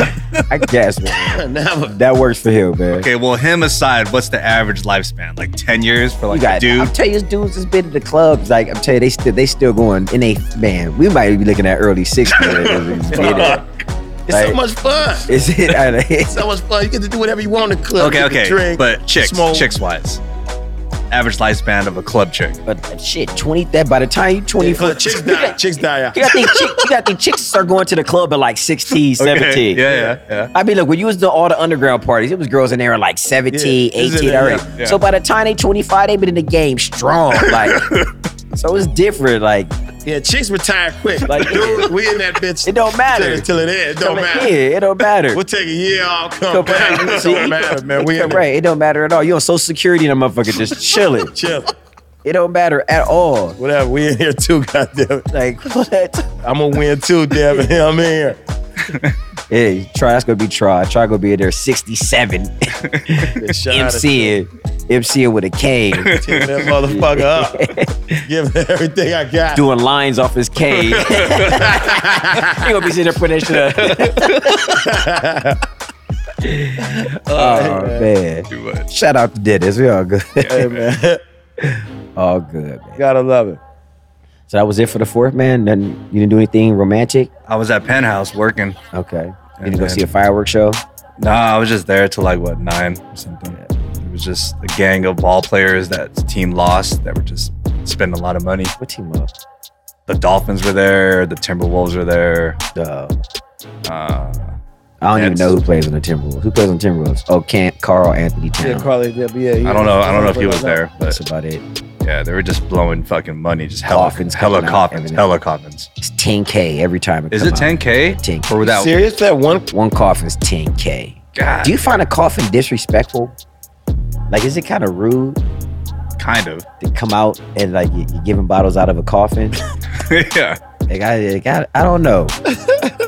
D: I guess man.
F: never.
D: that works for him, man.
E: Okay, well, him aside, what's the average lifespan? Like 10 years for
D: You
E: like a
D: got,
E: dude?
D: I'm telling you, these dudes has been to the clubs. Like I'm telling you, they still they still going. And they man, we might be looking at early sixties.
F: It's so
D: Like-
F: much fun.
D: Is it? I don't-
F: It's so much fun. You get to do whatever you want in the club.
E: Okay,
F: You can
E: okay.
F: Drink,
E: but chicks,
F: smoke.
E: chicks wise. Average lifespan of a club chick.
D: But shit, twenty. That by the time you twenty
F: Uh,
D: foot,
F: chicks die. Chicks die out.
D: you got think chick, you got think chicks start going to the club at like 16, 17.
E: Okay. Yeah, yeah, yeah.
D: I mean, look, when you was doing all the underground parties, it was girls in there like 17,
F: Yeah, it was in
D: 18
F: there,
D: already.
E: yeah, yeah.
D: So by the time they 25, they been in the game strong. Like, so it's different. Like,
F: Yeah, chicks retire quick.
D: Like-
F: Dude, we in that bitch.
D: It don't matter.
F: Till, till it ends. It don't
D: I'm like,
F: matter.
D: Yeah, it don't matter.
F: We'll take a year off. Come
D: Come
F: back.
D: back.
F: It
D: See?
F: don't matter, man. We in there.
D: right, it don't matter at all. You on Social Security and a motherfucker just chilling.
F: Chill.
D: It don't matter at all.
F: Whatever. We in here too. Goddamn it.
D: Like what?
F: I'm gonna win too, damn it. I'm in here.
D: Hey, try that's gonna be try. Try gonna be in there 67,
F: Shout out to
D: MCing, MCing with a cane.
F: Tear that motherfucker up. Give it everything I got.
D: doing lines off his cage. you gonna be sitting there putting that shit up. oh man.
E: Too much.
D: Shout out to Dennis. We all good.
F: Hey, man.
D: all good, man.
B: gotta love it.
D: So that was it for the fourth man. Nothing you didn't do anything romantic?
E: I was at Penthouse working.
D: Okay. You
E: And
D: didn't go
E: then-
D: see a fireworks show?
E: Nah, I was just there till like what, nine or something. It was just a gang of ball players that the team lost that were just spending a lot of money.
D: What team was?
E: The Dolphins were there, the Timberwolves were there.
D: Uh,
E: Uh,
D: I don't even
E: That's-
D: know who plays on the Timberwolves. Who plays on the Timberwolves? Oh, Camp Carl Anthony Town.
B: Yeah, Carly. Yeah, but yeah, he-
E: I don't know. I don't know if he was there,
D: That's
E: but
D: about it.
E: yeah, they were just blowing fucking money, just hella,
D: Coffins
E: hella
D: coming out,
E: coffins,
D: everything.
E: hella coffins.
D: It's 10K every time.
E: Is
D: come
E: it
D: out.
E: 10k?
D: 10K.
E: Or without?
B: Serious? That one?
D: One coffin's 10K.
E: God,
D: Do you find a coffin disrespectful? Like, is it kind of rude
E: kind of.
D: to come out and like you- you're giving bottles out of a coffin?
E: yeah.
D: Like, I, like, I, I don't know.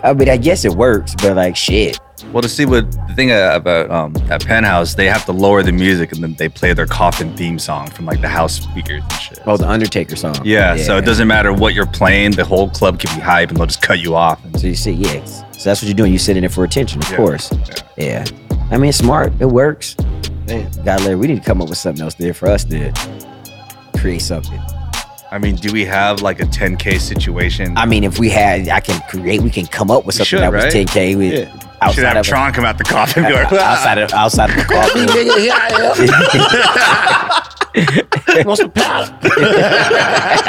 D: I mean, I guess it works, but like, shit.
E: Well, to see what the thing uh, about um, at Penthouse, they have to lower the music and then they play their coffin theme song from like the house speakers and shit.
D: Oh, the Undertaker song.
E: yeah, So it doesn't matter what you're playing, the whole club can be hype and they'll just cut you off.
D: So you see, yeah. So that's what you're doing. You're sitting there for attention, of
E: Yeah,
D: course. Yeah. I mean, it's smart. It works. Man, God, Larry, we need to come up with something else there for us to create something.
E: I mean, do we have like a 10k situation?
D: I mean, if we had, I can create. We can come up with
E: We
D: something
E: should,
D: that was
E: right?
D: 10k. With,
B: Yeah.
E: We
D: outside
E: should have
D: of a-
E: Tron come out the coffin. and be like,
D: outside of outside of the coffin.
F: Nigga, here I am. Want some powder?
D: uh,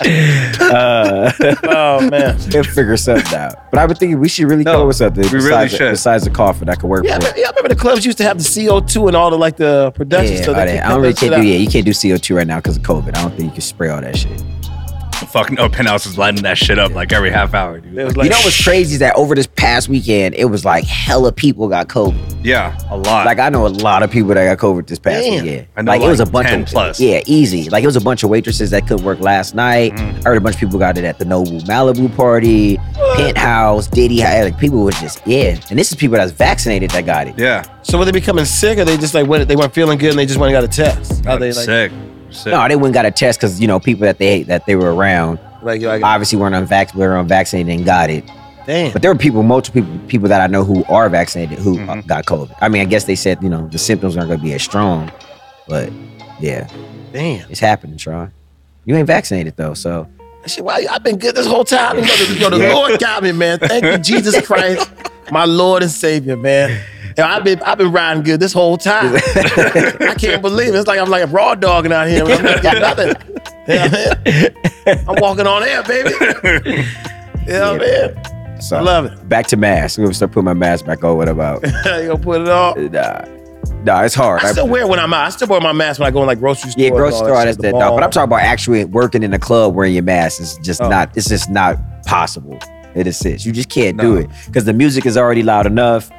B: Oh man.
D: we'll figure something out. But I've been thinking we should really come
E: No,
D: up with something
E: we really
D: besides,
E: should.
D: besides the coffin that could work
B: Yeah, I
D: for.
B: remember- yeah, I remember the clubs used to have the CO2 and all the like the production
D: Yeah,
B: stuff.
D: all
B: They
D: that.
B: could
D: I don't
B: cut
D: really
B: that shit
D: can't do
B: out.
D: yeah. You can't do CO2 right now because of COVID. I don't think you can spray all that shit.
E: fucking oh, Penthouse is lighting that shit up like every half hour, dude.
B: It was like,
D: you know what's crazy is that over this past weekend, it was like hella people got COVID.
E: yeah, a lot.
D: Like I know a lot of people that got COVID this past
B: Damn.
D: weekend.
E: Uh, I know,
D: like, it was a
E: like,
D: bunch
E: 10
D: of
E: plus.
D: Yeah, easy. Like it was a bunch of waitresses that could work last night.
E: Mm-hmm.
D: I heard a bunch of people got it at the Nobu Malibu party, penthouse, Diddy. Like people was just yeah. And this is people that's vaccinated that got it.
E: yeah,
B: So were they becoming sick, or they just like went, they weren't feeling good and they just went and got a test? How they like?
E: sick. Shit.
D: No, they wouldn't got a test because you know people that they that they were around
B: Like, yo, I got,
D: obviously weren't unvac- were unvaccinated and got it.
B: damn.
D: But there were people, multiple people, people that I know who are vaccinated who uh,
E: Mhm.
B: Mm-hmm.
D: got COVID. I mean, I guess they said you know the symptoms aren't going to be as strong, but yeah,
B: Damn.
D: it's happening, Tron. You ain't vaccinated though, so
B: Shit, why, I've been good this whole time. You know, the, yo, the
D: Yeah.
B: Lord got me, man. Thank you, Jesus Christ, my Lord and Savior, man. And I've been I've been riding good this whole time. I can't believe it. It's like I'm like a raw dogging out here. I'm not getting nothing. You know what I mean? I'm walking on air, baby. You know what I mean?
D: so
B: Love it.
D: Back to mask. I'm gonna start putting my mask back on. What about?
B: you gonna put it on.
D: nah, nah, it's hard.
B: I still wear it when I'm out. I still wear my mask when I go in like grocery store.
D: Yeah, grocery store, that's that. dog. But I'm
B: talking.
D: talking about actually working in a club wearing your mask is just
B: Oh.
D: not. It's just not possible. It exists. You just can't do
E: No.
D: it because the music is already loud enough.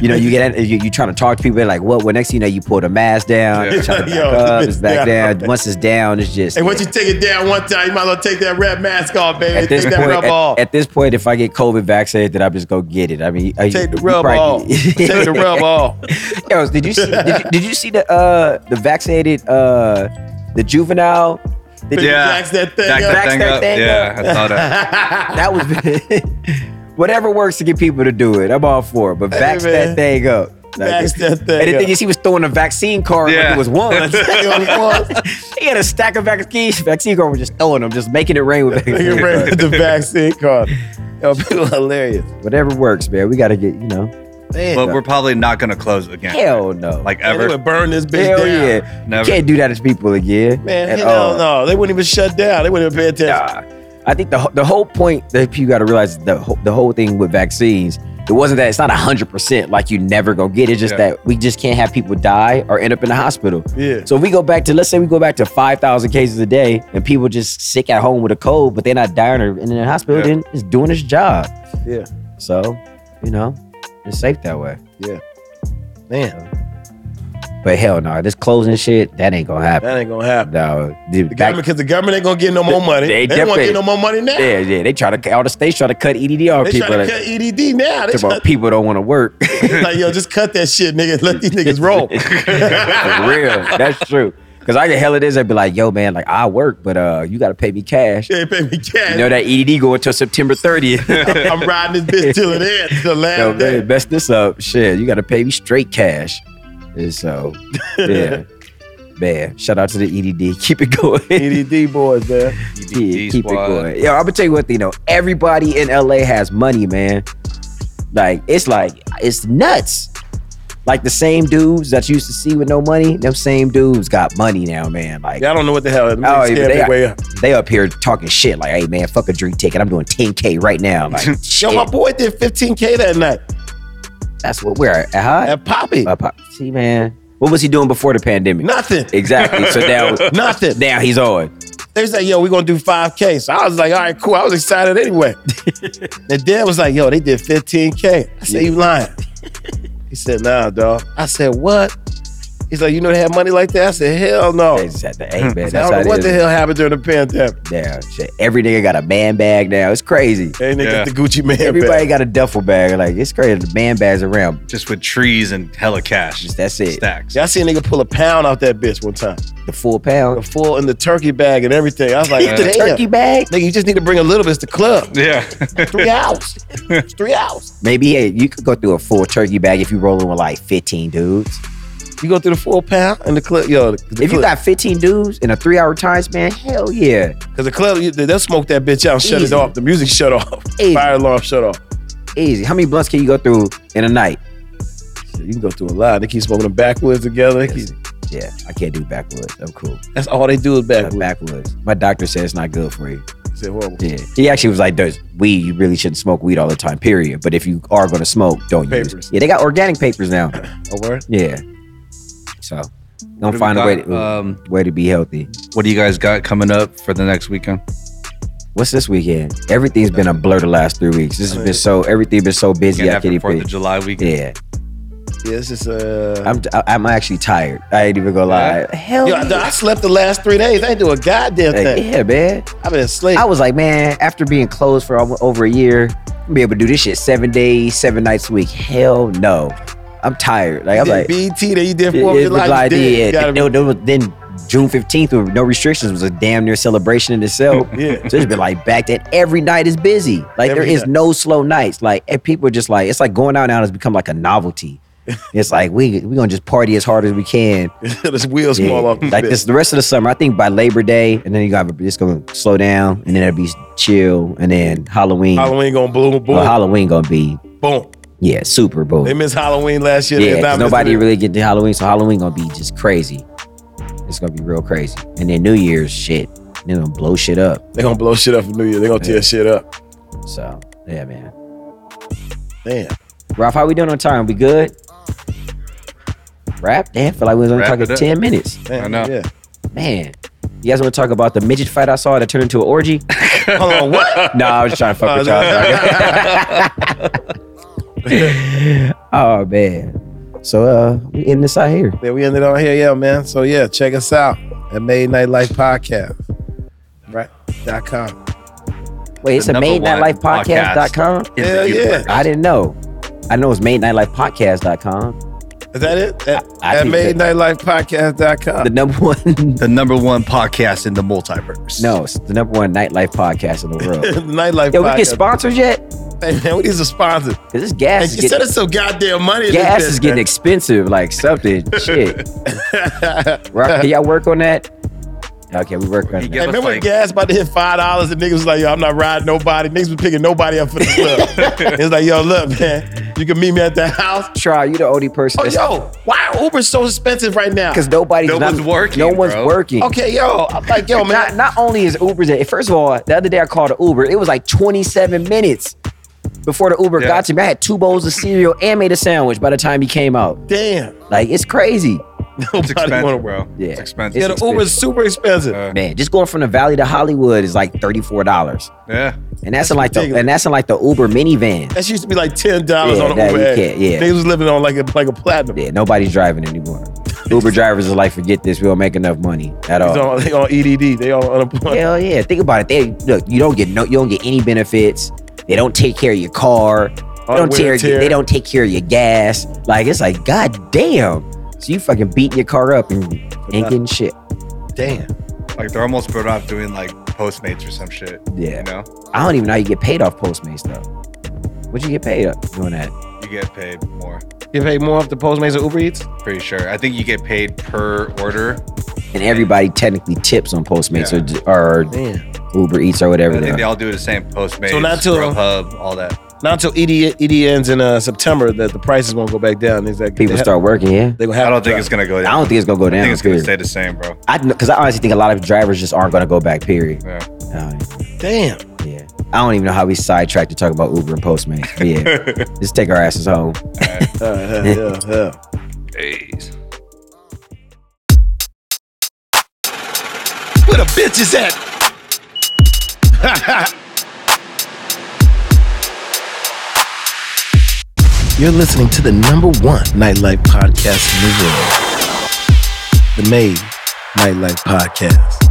D: You know, you get you, you trying to talk to people. They're like, what? Well, next thing you know, you pull the mask down.
E: Yeah.
D: You try to back
B: Yo,
D: up. It's back
B: yeah.
D: down. Once it's down, it's just.
B: And once you take it down one time, you might as well take that red mask off, baby.
D: at this
B: take
D: point,
B: that rub off.
D: at, at this point, if I get COVID vaccinated, then I just go get it. I mean, uh, I,
B: take the rub off. take the rub off.
D: Yo, did you see, did, you, did you see the uh the vaccinated uh the juvenile? Did you-
E: Yeah.
B: Jacks that thing
E: Back
B: up.
E: that thing
D: that
E: up.
D: thing
E: Yeah, I saw that.
D: that was whatever works to get people to do it. I'm all for it, but
B: Hey,
D: vax
B: man.
D: that thing up.
B: Vax that thing
D: And the
B: up.
D: thing is, he was throwing a vaccine card like
E: Yeah.
D: it was one.
B: Yo, what?
D: he had a stack of vaccine vaccine cards, was just throwing them, just making it rain with
B: Nigga
D: vaccine
B: ran
D: cards.
B: with the vaccine card. Yo, people hilarious.
D: Whatever works, man. We got to get you know.
B: Man,
E: But we're probably not gonna close again.
D: Hell no.
E: Like
B: man, they
E: ever.
B: would burn this bitch
D: hell
B: down.
D: yeah.
E: Never.
D: You can't do that to people again.
B: Man,
D: at
B: hell
D: all.
B: no. They wouldn't even shut down. They wouldn't even pay attention.
D: Nah. I think the wh- the whole point that you got to realize is the whole, the whole thing with vaccines, it wasn't that it's not hundred percent like you never gonna get it. It's just
E: Yeah.
D: that we just can't have people die or end up in the hospital.
B: Yeah.
D: So if we go back to let's say we go back to five thousand cases a day and people just sick at home with a cold, but they're not dying or in the hospital,
E: Yeah.
D: then it's doing its job.
B: Yeah.
D: So, you know, it's safe that way.
B: Man,
D: But hell no, this closing shit that ain't gonna happen.
B: that ain't gonna happen.
D: No, dude,
B: The
D: back-
B: government, because the government ain't gonna get no more money. They,
D: They
B: don't want to
D: definitely-
B: get no more money now.
D: yeah, yeah, they try to all the states try to cut E EDD off
B: They
D: people.
B: trying
D: like-
B: to cut EDD now. They
D: talking
B: trying
D: about people don't want to work.
B: like, yo, just cut that shit, nigga. Let these niggas roll.
D: For real. That's true. Cause I get hell it is. I'd be like, yo, man, like I work, but uh, you gotta pay me cash.
B: They pay me cash.
D: You know that EDD go until September 30th.
B: I'm riding this bitch till it ends, till the last
D: yo,
B: day.
D: man, mess this up. Shit, you gotta pay me straight cash. And so, yeah, man, shout out to the EDD. Keep it going.
B: EDD E boys, man.
D: Yeah,
E: EBT
D: keep
E: squad.
D: it going. Yo, I'm gonna tell you one thing though. Everybody in LA has money, man. Like it's like it's nuts. Like the same dudes that you used to see with no money, them same dudes got money now, man. Like
B: Yeah, I don't know what the hell. Them
D: Oh,
B: niggas
D: yeah,
B: scared
D: they
B: me
D: are-
B: way up.
D: they up here talking shit. Like, hey man, fuck a drink ticket. I'm doing 10k right now. Like,
B: Yo,
D: shit,
B: my boy did 15K that night
D: that's what we're at. Huh?
B: at Poppy.
D: Uh, pop- See, man, what was he doing before the pandemic?
B: Nothing.
D: Exactly. So now,
B: Nothing.
D: now he's on.
B: They was like, yo, we gonna do 5K. So I was like, all right, cool. I was excited anyway. the dad was like, yo, they did 15K. I said, you lying. He said, nah, dog. I said, what? He's like, you know they have money like that? I said, hell no.
D: Hey, it's at the- hey, man, that's
B: I
D: how
B: don't
D: it
B: know what the
D: is.
B: hell happened during the pandemic.
D: Now, shit, every nigga got a man bag now. It's crazy.
B: Hey, nigga,
E: Yeah.
B: the Gucci man.
D: Everybody
B: Everybody.
D: got a duffel bag. Like it's crazy. The man bags around.
E: Just with trees and hella cash.
D: Just that's it.
E: Stacks.
B: I seen a nigga pull a pound out that bitch one time.
D: The full
B: The
D: pound.
B: full in the turkey bag and everything. I was like,
D: the
B: damn.
D: turkey bag.
B: Nigga, you just need to bring a little bit to the club.
E: Yeah.
B: Three hours. It's three hours.
D: Maybe hey, you could go through a full turkey bag if you rolling with like 15 dudes.
B: You go through the full pound and the club. Yo, the, the
D: if you
B: club-
D: got 15 dudes in a three hour time span, hell yeah.
B: Cause the club, you- they'll smoke that bitch out, and shut
D: Easy.
B: it off. The music shut off.
D: Easy.
B: Fire alarm shut off.
D: Easy. How many blunts can you go through in a night?
B: You can go through a lot. They keep smoking them backwoods together. They keep-
D: Yeah, I can't do backwoods. I'm cool.
B: that's all they do is
D: Not
B: backwoods.
D: backwoods. uh, My doctor said it's not good for you.
B: Is it horrible?
D: Yeah. He actually was like, there's weed, you really shouldn't smoke weed all the time, period. But if you are gonna smoke, don't use
B: Papers.
D: it. Yeah, they got organic papers now.
B: A word?
D: Yeah. So
E: What do
D: don't
E: we
D: find a way
E: got?
D: to,
E: um,
D: way to be healthy.
E: what do you guys got coming up for the next weekend?
D: What's this weekend? Everything's been a blur the last three weeks. This has been so everything been so busy.
E: Weekend
D: I
E: after
D: can't
E: Fourth of
D: even.
E: July weekend.
D: Yeah,
B: Yeah, it's just uh.
D: I'm I- I'm actually tired. I ain't even gonna lie. Hell
B: Yo,
D: yeah,
B: I, I slept the last three days. I ain't do a goddamn
D: Like,
B: thing.
D: yeah, man.
B: I've been asleep.
D: I was like, man, after being closed for almo- over a year, I'm be able to do this shit seven days, seven nights a week. Hell no, I'm tired. Like I'm
B: Did
D: like,
B: BT that you did
D: it-
B: Fourth of
D: it was
B: July.
D: like,
B: you did. You
D: yeah,
B: gotta be-
D: no, no, then June 15th with no restrictions was a damn near celebration in itself.
B: Yeah.
D: So it's been like back then every night is busy. Like
B: Every
D: there is
B: night.
D: no slow nights. Like and people are just like it's like going out now has become like a novelty. It's like we we gonna just party as hard as we can.
B: this wheels
D: Yeah.
B: fall off.
D: Like this the rest of the summer. I think by Labor Day, and then you got it's gonna slow down, and then it'll be chill, and then Halloween.
B: Halloween gonna boom, boom,
D: Well, Halloween gonna be
B: boom.
D: yeah Super Bowl.
B: They missed Halloween last year. They
D: Yeah,
B: not
D: 'cause
B: missing
D: nobody
B: it.
D: really get to Halloween, so Halloween gonna be just crazy. It's gonna be real crazy. And then New Year's shit, they gonna blow shit up.
B: They gonna blow shit up for New Year. They gonna tear
D: Yeah.
B: shit up.
D: So yeah, man.
B: Damn.
D: Ralph, how we doing on time? We good? Rap? Damn, feel like we was only
E: Wrap
D: talking
E: it up.
D: ten minutes.
B: Man,
E: I know.
B: Yeah.
D: Man, you guys want to talk about the midget fight I saw that turned into an orgy?
B: Hold on. What?
D: no, I was just trying to
E: Oh,
D: fuck with y'all. oh man. So uh, we end this out here.
B: yeah, we ended on here. Yeah, man. So yeah, check us out at Made Night Life Podcast. Right. Dot com.
D: Wait, it's
E: The
D: a
E: number
D: made
E: one podcast.
D: podcast.com.
B: Hell yeah.
D: I didn't know. I know it's madennightlifepodcast.com.
B: Is that it? At,
D: I
B: at
D: think
B: Made Night Life
D: The
B: Podcast.com.
D: number one.
E: The number one podcast in the multiverse.
D: No, it's the number one nightlife podcast in the world.
B: Nightlife
D: Yo, we get
B: Podcast.
D: sponsors yet?
B: hey, man, we need some sponsors.
D: Cause this gas
F: And
D: is
F: you said
D: getting,
F: it's so goddamn money. in this
D: gas
F: bitch,
D: is getting
F: man.
D: expensive. Like something, shit. Rock, can y'all work on that? Okay, we work on
E: He
B: Hey,
D: that.
E: get- Give us
B: remember when
E: like-
B: gas about to hit five dollars and niggas was like, yo, I'm not riding nobody. Niggas was picking nobody up for the club. it's like, yo, look, man, you can meet me at the house.
D: Try, you the only person.
B: Oh, yo, why are Uber so expensive right now?
D: because nobody's
E: No
D: not,
E: one's working,
D: No one's
E: bro.
D: working.
B: Okay, yo, I'm like, yo,
D: Not,
B: man,
D: not only is Uber's at, first of all, the other day I called an Uber. It was like 27 minutes before the Uber
E: Yeah.
D: got to me. I had two bowls of cereal and made a sandwich by the time he came out.
B: damn.
D: Like it's crazy.
E: it's
B: Nobody wanna
E: expensive, bro.
D: Yeah.
E: It's
D: It's
B: Yeah,
E: expensive.
B: the Uber's super expensive.
E: Uh,
D: Man, just going from the valley to Hollywood is like $34.
E: yeah.
D: And that's, in like the
B: ridiculous.
D: and that's in like the Uber minivan.
B: that used to be like ten dollars
D: Yeah,
B: on
D: nah,
B: an Uber.
D: you
B: ad.
D: can't- yeah.
B: Niggas was living on like a like a platinum.
D: Yeah, nobody's driving anymore. Uber drivers are like, forget this, we don't make enough money at all.
B: They on, they on EDD. They on unemployment.
D: Hell yeah! Think about it. They look. You don't get no. You don't get any benefits. They don't take care of your car. They
B: All the
D: don't
B: wear
D: tear,
B: and tear.
D: They don't take care of your gas. Like it's like, god damn. So you fucking beating your car up and ain't getting shit.
B: Damn.
E: Like they're almost better off doing like Postmates or some shit.
D: Yeah.
E: You know?
D: I don't even know how you get paid off Postmates though. What you get paid up doing that?
E: You get paid more.
B: You pay more off the Postmates or Uber Eats?
E: Pretty sure. I think you get paid per order.
D: And everybody technically tips on Postmates or, or
B: Damn.
D: Uber Eats or whatever.
E: I think
D: though.
E: they all do the same Postmates,
B: So not to-
E: Grubhub, all that.
B: Not until E ED, ED ends in uh, September that the prices won't go back down. Is that
D: People
B: they ha-
D: start working. Yeah.
B: They gonna have
E: I don't
B: to
E: think
B: drop.
E: it's gonna go
D: I
E: down. I
D: don't think it's gonna go down.
E: think it's gonna
D: period.
E: stay the same, bro.
D: I because I honestly think a lot of drivers just aren't gonna go back. Period.
E: Yeah.
D: I don't-
B: Damn.
D: Yeah. I don't even know how we sidetracked to talk about Uber and Postmates. But yeah. just take our asses home.
B: Uh, yeah, yeah, yeah.
E: Jeez.
F: Where the bitch is at?
B: You're listening to the number one nightlife podcast in the world, the Made Nightlife Podcast.